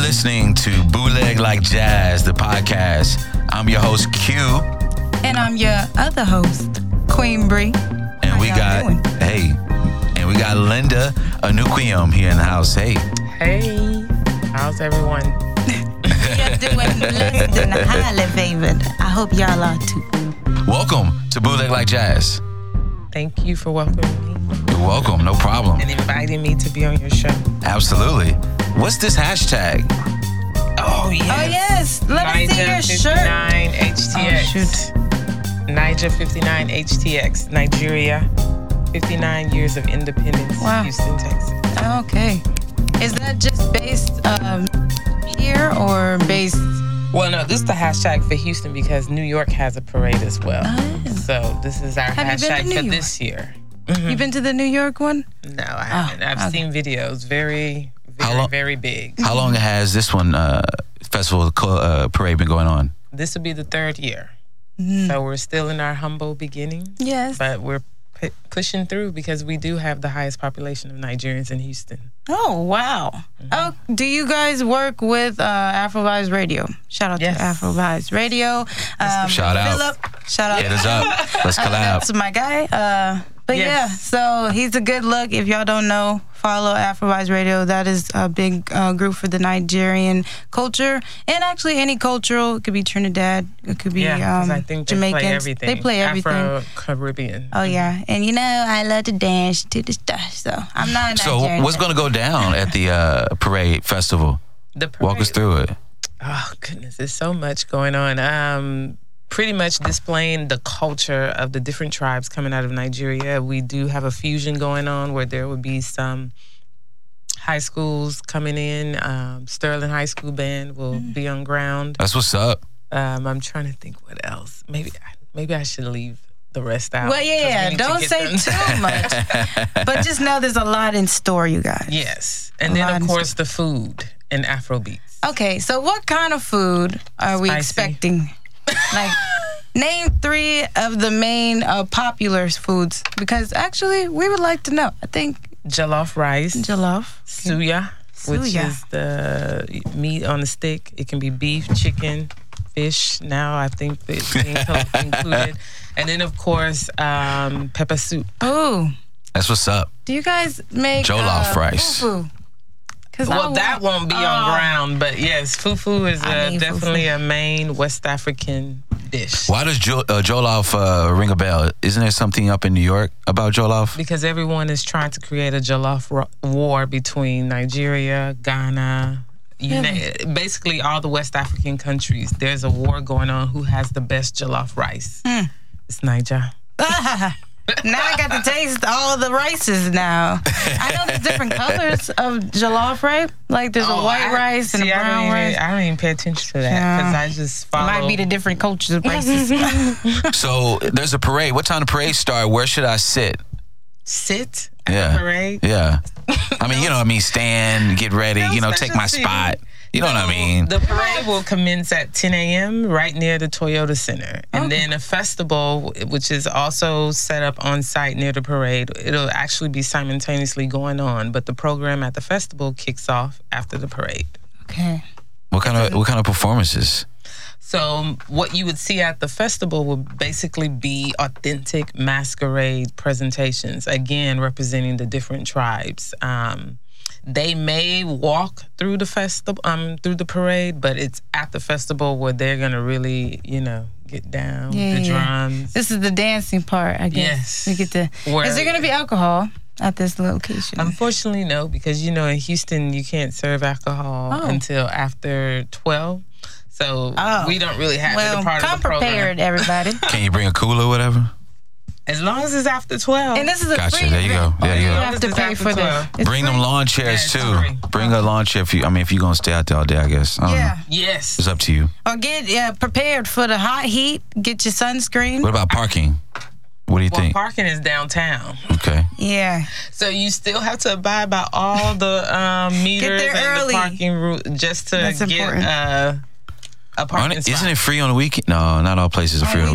listening to Bootleg Like Jazz, the podcast. I'm your host, Q, And I'm your other host, Queen Bree. and How we y'all got, doing? hey, and we got Linda Anuquium here in the house. Hey, Hey, how's everyone? You're doing less than highly favored. I hope y'all are too. welcome to Bootleg Like Jazz. Thank you for welcoming me You're welcome, no problem. and inviting me to be on your show. Absolutely. What's this hashtag? Oh, yes. Oh yes, let me see your shirt. 59 HTX. Oh, Niger 59 HTX, Nigeria. 59 years of independence, Wow. Houston, Texas. Okay, is that just based um, here or based? Well, no, this is the hashtag for Houston because New York has a parade as well. Oh. Mm-hmm. So this is our Have you been to hashtag for New York? this year. You been to the New York one? No, I haven't. I've Oh, okay. seen videos, very, How very, long- very big. How long has this one uh, festival co- uh, parade been going on? this will be the third year. Mm-hmm. So we're still in our humble beginning, Yes. but we're pu- pushing through because we do have the highest population of Nigerians in Houston. Oh wow. Mm-hmm. Oh, do you guys work with uh, AfroVibes Radio? Shout out Yes. to AfroVibes Radio. Um, Shout out. Philip. Shout out. Hit us up. Let's collab. That's my guy. Uh, but Yes. yeah, so he's a good look. If y'all don't know, follow Afrowise Radio. That is a big uh, group for the Nigerian culture and actually any cultural. It could be Trinidad. It could be Yeah, because um, I think they Jamaicans. play everything. They play everything. Afro Mm-hmm. Caribbean. Oh yeah, and you know I love to dance to the stuff. So I'm not. A So, Nigerian, what's but- going to go down at the uh, parade festival? The parade, Walk us through it. Oh goodness, there's so much going on. Um, pretty much displaying the culture of the different tribes coming out of Nigeria. We do have a fusion going on where there would be some high schools coming in. Um, Sterling High School band will Mm-hmm. be on ground. That's what's up. Um, I'm trying to think what else. Maybe maybe I should leave the rest out. Well, 'cause we yeah, yeah. need to Don't get say them- too much, but just know there's a lot in store, you guys. yes, and then Lines. of course the food and Afrobeats. Okay, so what kind of food are we Spicy. expecting? Like, name three of the main uh, popular foods because actually we would like to know. I think Jollof rice, jollof. suya, which Suya. is the meat on a stick. It can be beef, chicken, fish. Now I think it's being co- included, and then of course um, pepper soup. Oh, That's what's up. do you guys make Jollof uh, rice. fufu? 'Cause I Well, that want- won't be Oh. on ground, but yes, fufu is I uh need fufu. definitely a main West African dish. Why does jo- uh, Jollof uh, ring a bell? Isn't there something up in New York about Jollof? because everyone is trying to create a jollof ro- war between Nigeria, Ghana, you na- basically all the West African countries. There's a war going on who has the best jollof rice. Hmm. It's Niger. now I got to taste all the rices now. I know there's different colors of jollof, right? Like there's a white Oh, I- rice and see, a I don't brown even- rice. I don't even pay attention to that because I just follow. Might be the different cultures of rices. so there's a parade. What time the parade start? Where should I sit? sit at the Yeah. parade. Yeah. I mean, you know what I mean? Stand, get ready, you know, take my special seat. spot. You know what I mean? The parade will commence at 10 a.m. right near the Toyota Center. And then a festival, which is also set up on site near the parade, it'll actually be simultaneously going on. But the program at the festival kicks off after the parade. okay. What kind of what kind of performances? So, um, what you would see at the festival would basically be authentic masquerade presentations, again, representing the different tribes. Um, they may walk through the festival, um, through the parade, but it's at the festival where they're gonna really, you know, get down with Yeah, the yeah. drums. This is the dancing part, I guess. Yes. We get to. Where- Is there going to be alcohol at this location? Unfortunately, no, because you know in Houston you can't serve alcohol Oh. until after twelve, so Oh. we don't really have it well, a part come of the program. prepared, everybody. Can you bring a cooler or whatever? As long as it's after twelve, and this is a Gotcha. free There you event. go. There you You go. don't have to This is pay after for this. 12. It's Bring them free. lawn Yeah, chairs too. sorry. Bring a lawn chair if you I mean if you're gonna stay out there all day, I guess. I don't know. Yeah, yes, It's up to you. or get yeah prepared for the hot heat. Get your sunscreen. What about parking? What do you Well, think? parking is downtown, Okay. Yeah, so you still have to abide by all the um, meters there and early. the parking route just to That's get important. uh, a Aren't parking it, spot. isn't it free on the weekend? No, not all places are On free on the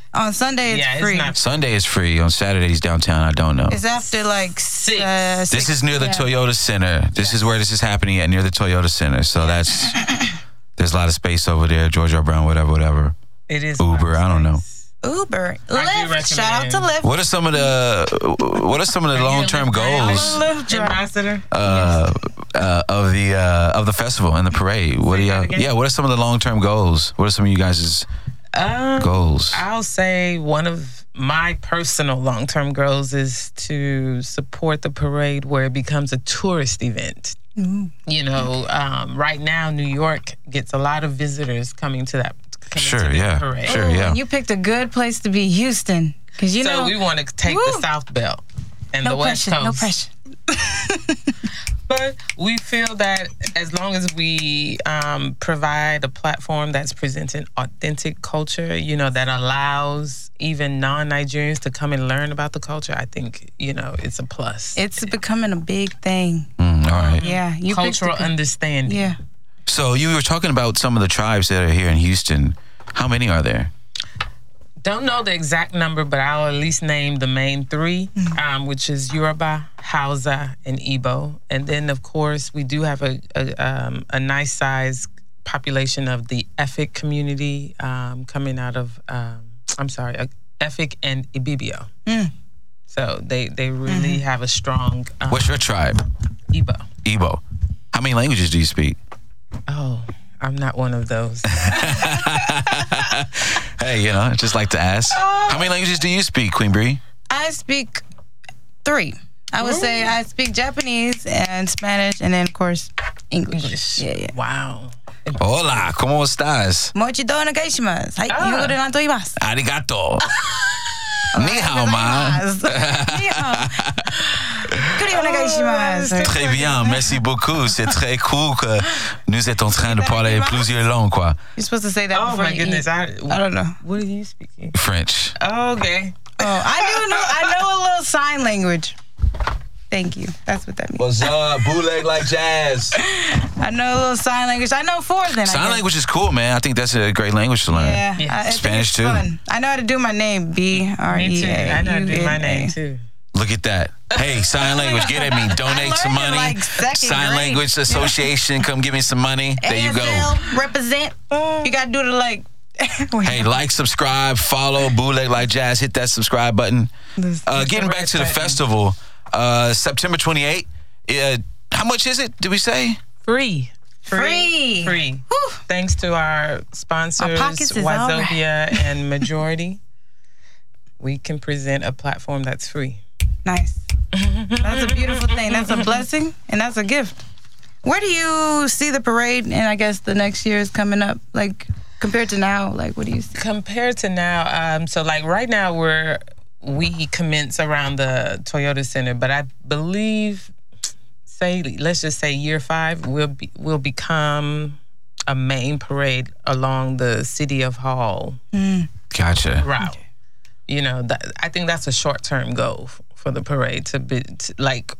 weekends. On Sunday, it's Yeah, it's free. not- Sunday is free. On Saturdays downtown, I don't know. It's after like Six. six. Uh, This six. is near the yeah. Toyota Center. This is where this is happening at, near the Toyota Center. So that's there's a lot of space over there. George R. Brown, whatever, whatever. It is Uber, I don't know. Uber, I do Lyft. Shout out to recommend- Lyft. What are some of the what are some of the long term goals Lyft driver. Ambassador. uh, uh, of the uh, of the festival and the parade? What are Say that y'all, again? yeah? What are some of the long term goals? What are some of you guys' Um, goals? I'll say one of my personal long term goals is to support the parade where it becomes a tourist event. You know, um, right now, New York gets a lot of visitors coming to that. Coming Sure, to the yeah, Parade. sure. yeah. Oh, You picked a good place to be, Houston, because you So know. we want to take the Woo. South Belt and no the West pressure. Coast. No pressure. But we feel that as long as we um, provide a platform that's presenting authentic culture, you know, that allows even non Nigerians to come and learn about the culture, I think, you know, it's a plus. It's becoming a big thing. Mm, all right. Yeah, you picked Cultural a good- understanding. Yeah. So you were talking about some of the tribes that are here in Houston. How many are there? Don't know the exact number, but I'll at least name the main 3 um, which is Yoruba, Hausa, and Igbo. And then, of course, we do have a, a, um, a nice size population of the Efik community um, coming out of, um, I'm sorry, uh, Efik and Ibibio. So they, they really have a strong um, What's your tribe? Igbo. Igbo. How many languages do you speak? Oh, I'm not one of those. Hey, you know, I just like to ask. How many languages do you speak, Queen Bree? I speak three. I would say I speak Japanese and Spanish, and then of course English. Yeah, yeah. Wow. Hola, ¿cómo estás? Mochido nagashimasu. Hai, Ah. yugo de nantoimasu. Arigato. Ni hao ma. Kuryo nagashimasu. Très bien, merci beaucoup. C'est très cool que nous êtes en train de parler plusieurs langues, quoi. You're supposed to say that Oh, before my you goodness. eat. I, I don't know. What are you speaking? French. Oh, okay. Oh, I do know. I know a little sign language. Thank you. That's what that means. What's up? Bootleg like jazz. I know a little sign language. I know four then. I Sign guess. language is cool, man. I think that's a great language to learn. Yeah. Yeah. I- I think Spanish it's too. fun. I know how to do my name. B R Me E too. A. E I know how to do my U N A. name too. Look at that. Hey, sign language, get at me. I Donate learned some it money. like second sign grade. language association, come give me some money. There you go. ASL, represent. You gotta do the like. Hey, like, subscribe, follow Bootleg Like Jazz. Hit that subscribe button. This- Uh, getting the back red to the button. festival, uh, September 28th. Uh, how much is it? Did we say? Free. Free. Free. Whew. Thanks to our sponsors, pockets is all right. Wazobia and Majority, we can present a platform that's free. Nice. That's a beautiful thing. That's a blessing and that's a gift. Where do you see the parade? And I guess the next year is coming up. Like compared to now, like what do you see? Compared to now, um, so like right now we're we commence around the Toyota Center, but I believe say let's just say year five will be will become a main parade along the City of Hall Gotcha. route. You know, that, I think that's a short term goal f- for the parade to be to, like where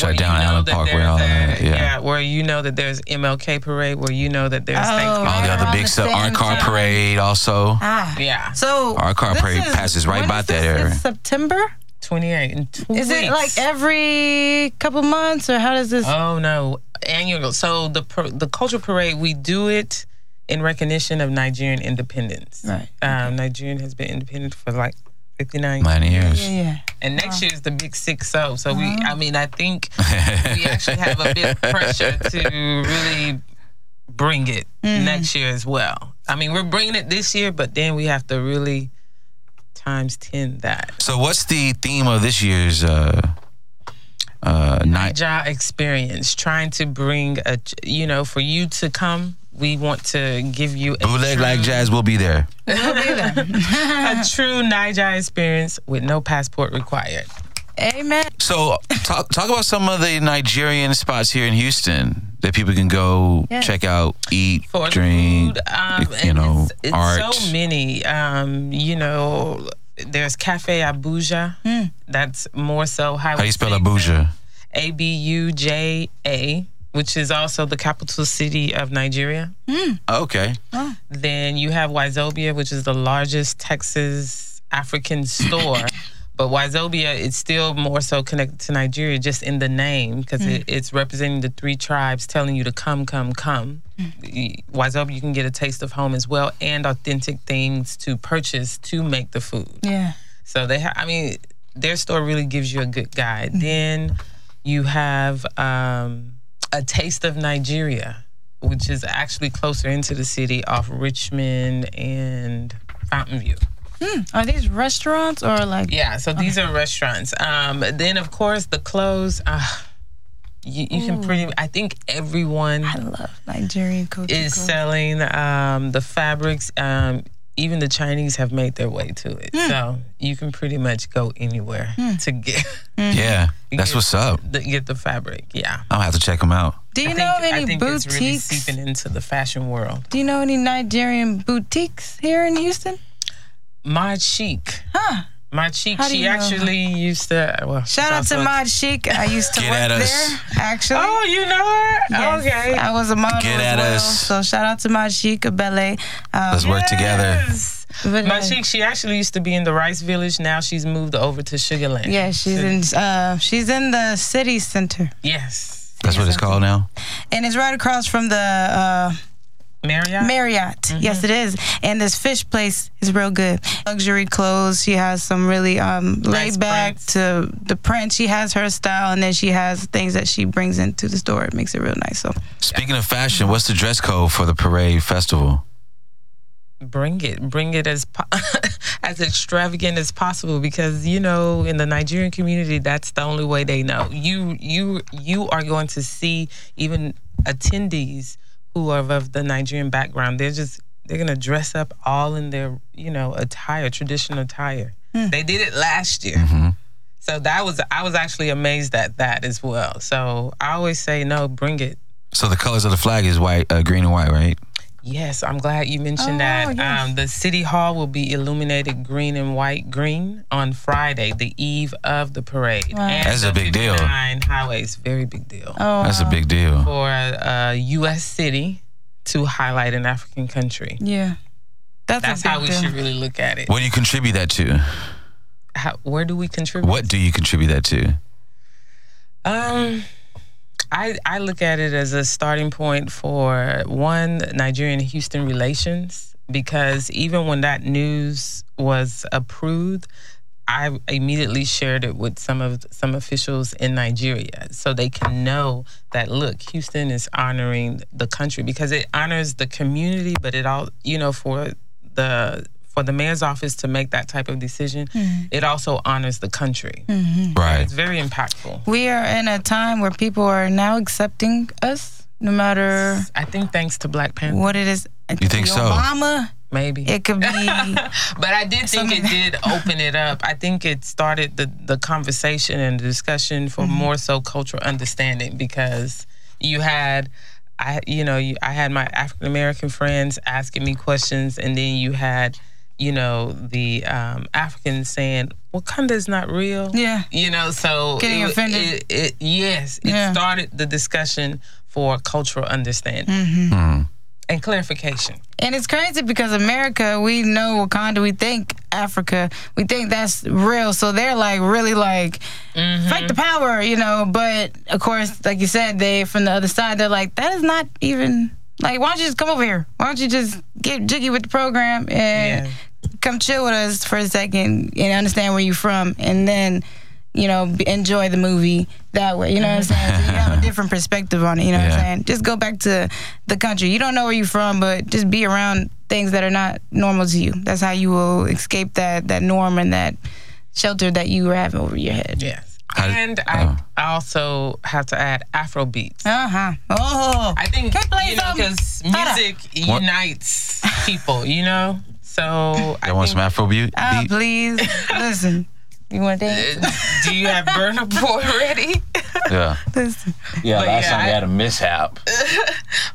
Shut you down know Allen that Parkway, there's all a- that. Yeah. where you know that there's MLK parade, where you know that there's Oh, Thanksgiving. All the Right other around big the stuff. Our same car time. parade also. Ah. Yeah, So Our car this parade is- passes right when by is that this? It's area. September? 28 and two Is it like weeks. every couple months or how does this? Oh no, annual. So the par- the cultural parade we do it in recognition of Nigerian independence. Right. Um, Nigerian has been independent for like 59 years. Nine years. Yeah, yeah. And next year is the big six zero. So we, I mean, I think we actually have a bit of pressure to really bring it next year as well. I mean, we're bringing it this year, but then we have to really times ten that So, what's the theme of this year's uh, uh, night? job experience. Trying to bring a, ch- you know, for you to come, we want to give you a Bootleg true, Like Jazz will be there. a true Niger experience with no passport required. Amen. So, talk, talk about some of the Nigerian spots here in Houston that people can go Yes. check out, eat, for drink, food. Um, you and know, it's, it's art. so many. Um, you know, there's Cafe Abuja. That's more so highway. How do you spell six, Abuja? A B U J A. which is also the capital city of Nigeria. Oh, Okay. Then you have Wazobia, which is the largest Texas African store. but Wazobia is still more so connected to Nigeria just in the name because it, it's representing the three tribes telling you to come, come, come. Y- Wazobia, you can get a taste of home as well and authentic things to purchase to make the food. Yeah. So they, ha- I mean, their store really gives you a good guide. Then you have um, a taste of Nigeria, which is actually closer into the city off Richmond and Fountain View. Are these restaurants or like? Yeah, so these are restaurants. Um, then of course the clothes. Uh, you, you can pretty. I think everyone I love Nigerian culture. is selling um, the fabrics. Um, even the Chinese have made their way to it. So you can pretty much go anywhere to get Yeah. That's Yeah. what's up. the, get the fabric. Yeah. I'm gonna have to check them out. Do you know I any think it's really boutiques? seeping into the fashion world. Do you know any Nigerian boutiques here in Houston? Mod Chic. Huh. Mod Chic, How do she you know? actually used to. Well, Shout out she's to also- Mod Chic. I used to Get work at us. there. Actually. Oh, you know her? Yes, Okay. I was a model Get as at well. us. So shout out to Mod Chic of Ballet. Um, Let's work together. Oh, Yes. but, Mod uh, Chic, she actually used to be in the Rice Village. Now she's moved over to Sugarland. Yeah, she's in uh, she's in the city center, Yes. That's what it's called now. and it's right across from the uh, Marriott? Marriott. Mm-hmm. Yes, it is. And this fish place is real good. Luxury clothes. She has some really um, laid back prints. to the print. She has her style, and then she has things that she brings into the store. It makes it real nice. So Speaking of fashion, what's the dress code for the parade festival? bring it bring it as po- as extravagant as possible because you know in the Nigerian community that's the only way they know you you you are going to see even attendees who are of the Nigerian background they're just they're going to dress up all in their you know attire traditional attire they did it last year so that was I was actually amazed at that as well so I always say no bring it So the colors of the flag is white, uh, green and white, right? Yes, I'm glad you mentioned Oh, that. yes. Um, the city hall will be illuminated green and white green on Friday, the eve of the parade. Wow. And That's a the big deal. 59 highways, very big deal oh, That's a wow. big deal. for a, a U.S. city to highlight an African country. yeah. That's, That's a big how we deal. should really look at it. What do you contribute that to? How, where do we contribute? What do you contribute that to? Um, I I look at it as a starting point for one Nigerian Houston relations because even when that news was approved, I immediately shared it with some of some officials in Nigeria so they can know that look, Houston is honoring the country because it honors the community, but it all you know for the for the mayor's office to make that type of decision, it also honors the country. Right. It's very impactful. We are in a time where people are now accepting us, no matter I think thanks to Black Panther, what it is. It could think be so? Obama. maybe. It could be but I did think it did open it up. I think it started the, the conversation and the discussion Mm-hmm. for more so cultural understanding because you had. I you know you, I had my African American friends asking me questions, and then you had you know the um, Africans saying Wakanda is not real. Yeah. you know so Getting it- offended. It, it- yes, it Yeah. started the discussion for cultural understanding Mm-hmm. and clarification. And it's crazy because America, we know Wakanda, we think Africa, we think that's real. So they're like really like fight the power, you know. But of course, like you said, they from the other side, they're like that is not even like why don't you just come over here? Why don't you just get jiggy with the program and Yeah. come chill with us for a second and understand where you're from, and then. You know, b- enjoy the movie that way. You know what I'm saying? So you have a different perspective on it. You know what I'm Yeah. saying? and just go back to the country. You don't know where you're from, but just be around things that are not normal to you. That's how you will escape that that norm and that shelter that you have over your head. Yes. How did- and I also have to add Afrobeats. Uh huh. Oh, I think Can I play you know some? because Hold up. music What? unites people, you know. So I Y'all want think, uh, some Afro beat? ah, please listen. You want to dance? do you have Burna Boy ready? Yeah. Listen. Yeah, But last yeah, time we I- had a mishap.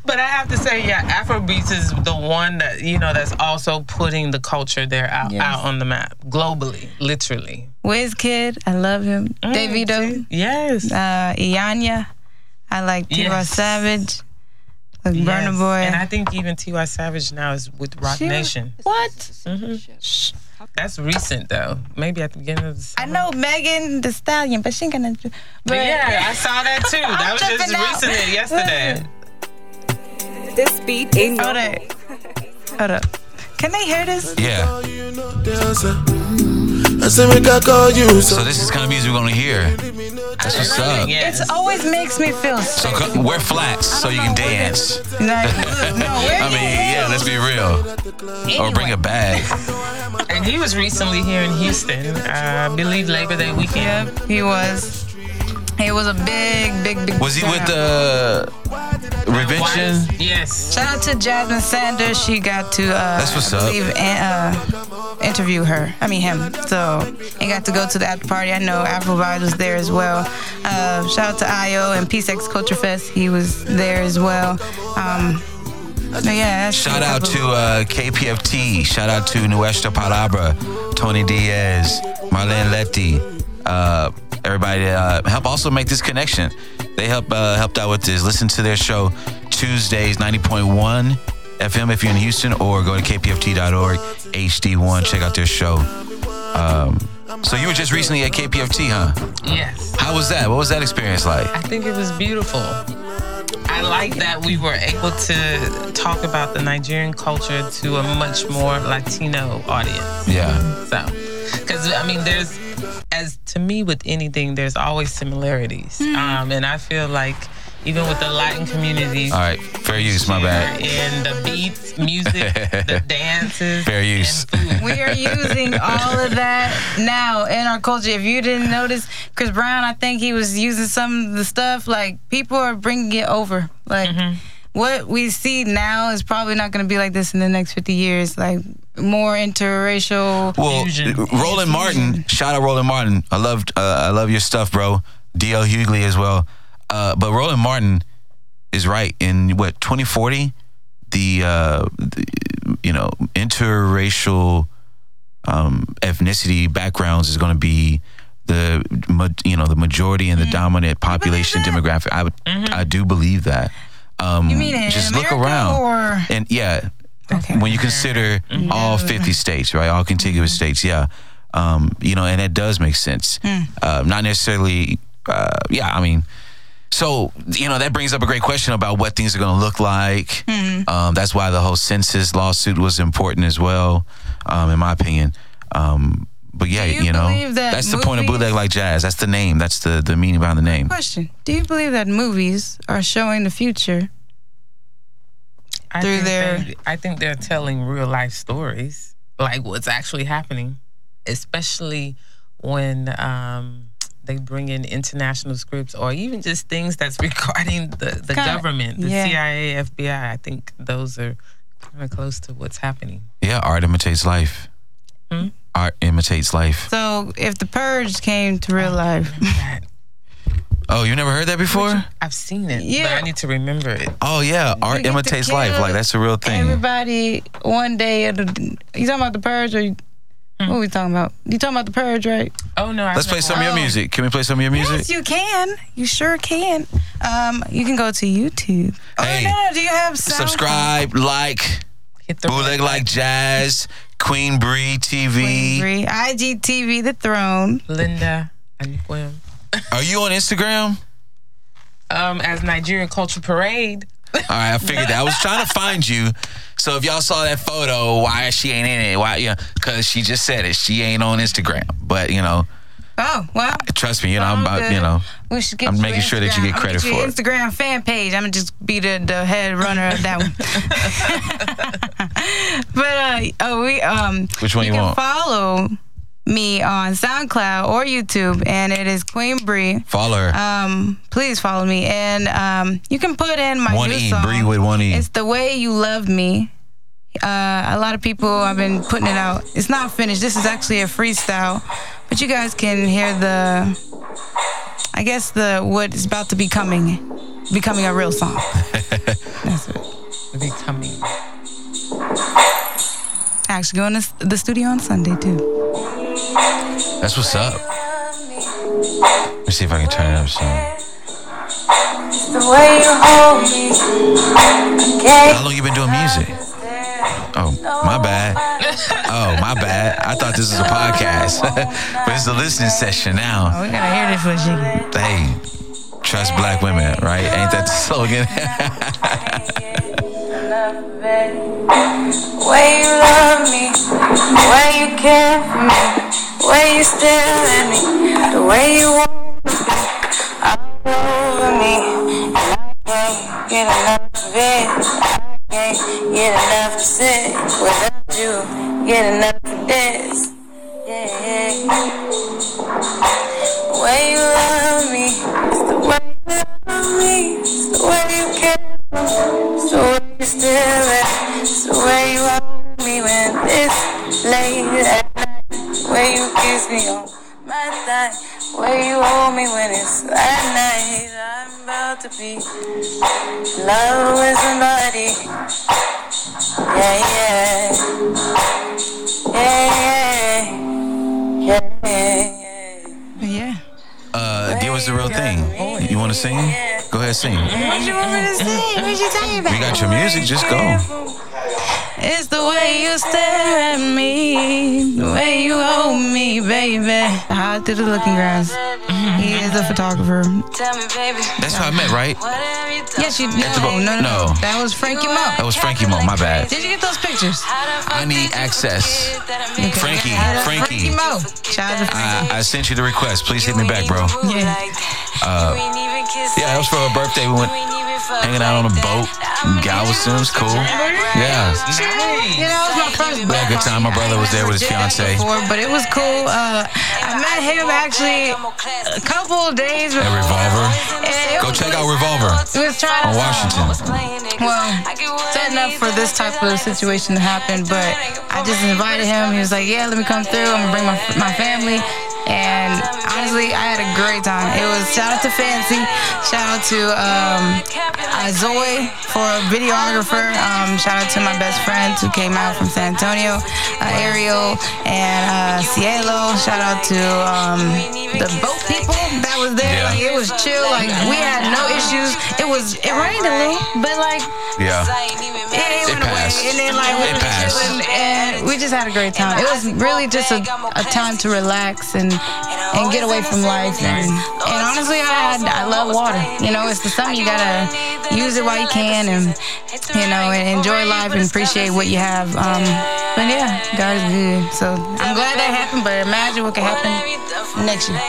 But I have to say, yeah, Afrobeats is the one that you know that's also putting the culture there out, Yes. out on the map globally, literally. Mm, Wiz Kid, I love him. Davido, Yes. uh, Ianya. I like T.Y. Yes. Savage, like Burna Yes. Boy. And I think even T.Y. Savage now is with Rock She- Nation. what? That's recent though. Maybe at the beginning of the I summer. Uh-huh. know Megan the Stallion, but she ain't gonna. do- But Yeah, I saw that too. That I'm was just tripping out. recent yesterday. This beat in your hold up, hold up. Can they hear this? Yeah. I say make I call you so So this is kind of music we're gonna hear. That's what's up. Yes. It always makes me feel. sick. So co- wear flats so you can dance. Like, no, where I you mean, yeah, let's be real. Or bring a bag. And he was recently here in Houston. Uh, I believe Labor Day weekend. Yep, he was. He was a big, big, big. Was he with star. the Revention? Yes. Shout out to Jasmine Sanders. She got to. Uh, That's what's up. I believe, uh, interview her. I mean him. So and got to go to the after party. I know Afrovibe was there as well. Uh, shout out to Io and PSX Culture Fest. He was there as well. Um, but yeah. That's Shout out to uh, KPFT. Shout out to Nuestra Palabra, Tony Diaz, Marlene Letty. Uh, everybody uh, help also make this connection. They help uh, helped out with this. Listen to their show Tuesdays, 90.1 FM if you're in Houston, or go to kpft.org, HD1. Check out their show. Um, so you were just recently at KPFT, huh? Yes. How was that? What was that experience like? I think it was beautiful. I like that we were able to talk about the Nigerian culture to a much more Latino audience. Yeah, So, because I mean, there's, as to me, with anything, there's always similarities. Hmm. Um, and I feel like even with the Latin community, all right, fair use, my bad. And the beats, music, the dances. Fair and use. food. We are using all of that now in our culture. If you didn't notice, Chris Brown, I think he was using some of the stuff. Like people are bringing it over. Like what we see now is probably not going to be like this in the next fifty years. Like more interracial. Well, Fusion. Roland Martin, shout out Roland Martin. I loved, uh, I love your stuff, bro. DL Hughley as well. Uh, but Roland Martin is right in what 2040, the, uh, the you know interracial um, ethnicity backgrounds is going to be the ma- you know the majority Mm-hmm. and the dominant population demographic. I would, I do believe that. Um, you mean in just America look around or and yeah, when you consider Mm-hmm. all 50 states, right, all contiguous states, yeah, um, you know, and that does make sense. Hmm. Uh, not necessarily, uh, yeah, I mean, so you know that brings up a great question about what things are going to look like. Mm-hmm. Um, that's why the whole census lawsuit was important as well, um, in my opinion. Um, but yeah, Do you you, know, believe that that's the point of movies- bootleg like jazz. That's the name. That's the the meaning behind the name. question? Do you believe that movies are showing the future? I Through think their- they- I think they're telling real life stories, like what's actually happening, especially when um, they bring in international scripts or even just things that's regarding the, the Kinda- government, the yeah. CIA, FBI. I think those are kind of close to what's happening. Yeah, art imitates life. Hmm? Art imitates life. So if the purge came to real life, That- Oh, you never heard that before? I've seen it, but Yeah. I need to remember it. Oh yeah, art get to imitates life. kill Like that's a real thing. everybody one day it'll, you talking about the purge or you, Hmm. what are we talking about you talking about the purge right Oh no! I Let's play remember. some of your music. Can we play some of your music? yes you can you sure can um you can go to youtube Hey, oh no, no do you have sound? Subscribe, like, Hit the bootleg like jazz, Queen Bree TV. Agree. igtv the throne Linda Anikwem. Are you on Instagram? Um, as Nigerian Culture Parade. All right, I figured that. I was trying to find you. So if y'all saw that photo, why she ain't in it? Why? Yeah, because she just said it. She ain't on Instagram. But you know, oh well trust me. You know, I'm about. You know, we should get I'm you making sure that you Instagram. get I'll credit you for it. Instagram fan page. I'm gonna just be the, the head runner of that one. but uh, oh, we um, Which one you can want? Follow me on SoundCloud or YouTube, and it is Queen Bree. follow her. Um, please follow me, and um, you can put in my one new E, song. Bree with one E. It's the way you love me. Uh, a lot of people have been putting it out. It's not finished. This is actually a freestyle, but you guys can hear the, I guess the what is about to be coming, becoming a real song. That's it. Becoming. Actually, going to s- the studio on Sunday too. That's what's up. Let me see if I can turn it up soon. The way you hold me, can't How long you been doing music? Oh, my bad. Oh, my bad. I thought this was a podcast, but it's a listening session now. Oh, we gotta hear this for you. Hey, trust black women, right? Ain't that the slogan? enough, baby. The way you love me, the way you care for me, the way you stare at me, the way you want me, all over me, and I can't get enough of it. I can't get enough of it without you. Get enough of this. Yeah, yeah. The way you love me, it's the way you love me, it's the way you care for me, it's the way you stare at me, it's the way you hold me when it's late at night, the way you kiss me on my thigh, the way you hold me when it's at night. I'm about to be in love with somebody. Yeah, yeah, yeah, yeah, yeah. yeah. Yeah. Uh, deal was the real thing. You want to sing? Go ahead, sing. We What you want me to sing? What you talking about? got your music. Just go. It's the way you stare at me, the way you hold me, baby. Hide through the looking glass. He is a photographer. Tell me, baby, That's what I meant, right? whatever you do, Yes, you. No, the bo- no, no, no. That was Frankie Mo. That was Frankie Mo. My bad. Did you get those pictures? I need access. Frankie, Frankie Frankie. Mo. Shout out to Frankie. I, I sent you the request. Please hit me back, bro. Yeah. Uh, Yeah, that was for her birthday. We went hanging out on a boat in Galveston. It was cool. Yeah. You know, it was my first We had a good time. My brother was there with his fiance. before, but it was cool. Uh, I met him actually a couple of days before. At Revolver. And it Go was check out really- Revolver We was trying on to Washington. well, setting up for this type of situation to happen, but I just invited him. He was like, "Yeah, let me come through. I'm gonna bring my my family." And honestly, I had a great time. It was shout out to Fancy, shout out to um, uh, Zoe for a videographer. Um, shout out to my best friends who came out from San Antonio, uh, Ariel and uh, Cielo. Shout out to um, the boat people that was there. Yeah. Like, it was chill. Like we had no issues. It was it rained a little, but like Yeah. it, it went Yeah. passed. away. And then like we It were passed. chilling, and we just had a great time. It was really just a, a time to relax and and get away from life. And, and honestly, I had, I love water. You know, it's the summer you gotta use it while you can and you know and enjoy life and appreciate what you have. Um, but yeah, God is good. So I'm glad that happened. But imagine what could happen next year.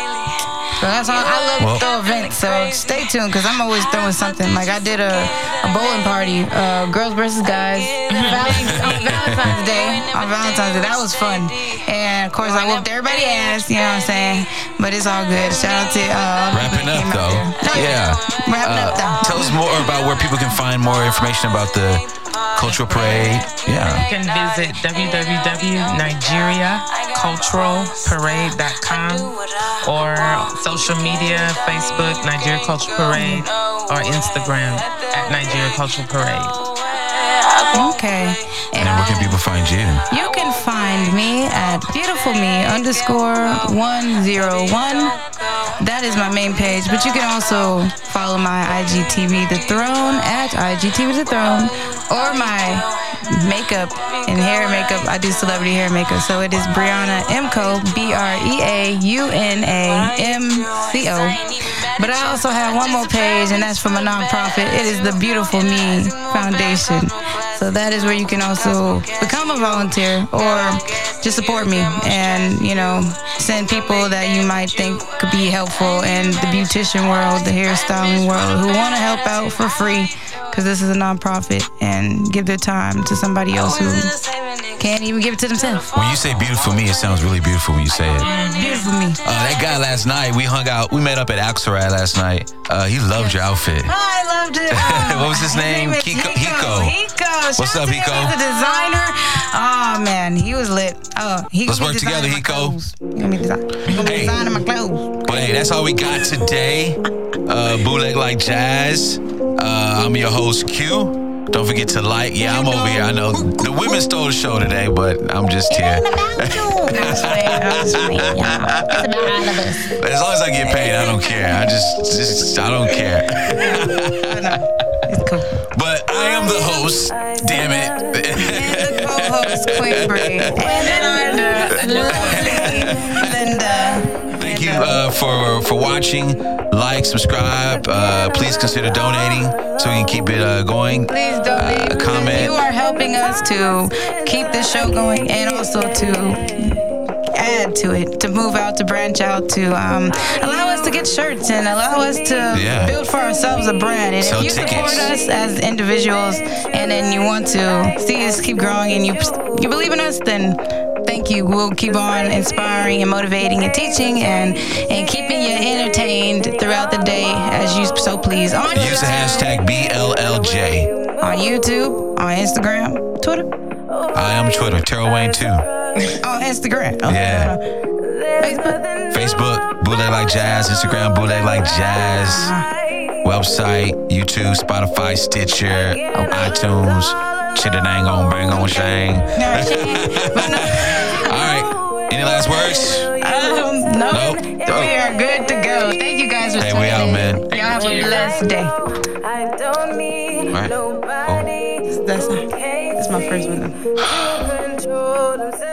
So that's all. I love Well- to throw events, so stay tuned because I'm always throwing something. Like I did a, a bowling party, uh, girls versus guys, Mm-hmm. Valentine's, on Valentine's Day. On Valentine's Day, that was fun. And of course, I whooped everybody ass. You know what I'm saying? But it's all good. Shout out to uh, Wrapping up, came out though. there. Yeah. No, Wrapping Uh, up though. tell us more about where people can find more information about the cultural parade. Yeah. You can visit www.nigeriaculturalparade.com or social media Facebook, Nigeria Culture Parade, or Instagram at Nigeria Culture Parade. Okay. And And where can people find you? You can find me at beautifulme underscore 101. That is my main page, but you can also follow my IGTV The Throne at IGTV The Throne or my makeup and hair makeup. I do celebrity hair makeup, so it is Brianna Mco, B R E A U N A M C O. But I also have one more page, and that's for my nonprofit. It is the Beautiful Me Foundation. So that is where you can also become a volunteer or just support me and, you know, send people that you might think could be helpful in the beautician world, the hairstyling world, who want to help out for free because this is a nonprofit and give their time to somebody else who can't even give it to themselves. When you say beautiful me, it sounds really beautiful when you say it. Beautiful me. Uh, that guy last night, we hung out. We met up at Axelrad last night. Uh, he loved your outfit. I loved it. Oh, What was his name? is Kiko- Nico. Hiko. Hiko. What's Shout up, out to him Hiko? as a designer. Oh man, he was lit. Oh, he Let's gonna work be together, designing my Hiko. clothes. He gonna be design- he gonna be Hey. designing my clothes. But hey, that's all we got today. Uh, bootleg like jazz. Uh, I'm your host Q. Don't forget to like. Yeah, I'm over here. I know the women stole the show today, but I'm just here. As long as I get paid, I don't care. I just, just I don't care. But I am the host. Damn it. And the co-host, Queen Brie. And then uh, our lovely Linda. Thank you uh, for for watching. Like, subscribe. Uh, please consider donating so we can keep it uh, going. Please donate. because comment. You are helping us to keep this show going and also to add to it, to move out, to branch out, to um, allow us to get shirts and allow us to Yeah. build for ourselves a brand. And Sell if you support tickets. us as individuals and then you want to see us keep growing and you you believe in us, then thank you. We'll keep on inspiring and motivating and teaching and, and keeping you entertained throughout the day as you so please. On your Use the hashtag BLLJ. on YouTube, on Instagram, Twitter, I am Twitter. Terrell Wayne too. on Instagram, okay. Yeah. Facebook. Facebook, Bootleg Like Jazz. Instagram, Bootleg Like Jazz. Website, YouTube, Spotify, Stitcher, iTunes. Chitta dang on, bang on, shang. No, I can't. But All right. Any last words? no, um, no, Nope. we are good to go. Thank you guys for Hey, we tuning out, in. man. Y'all have a blessed day. I don't need All right. Oh. nobody. That's my first one. control themselves.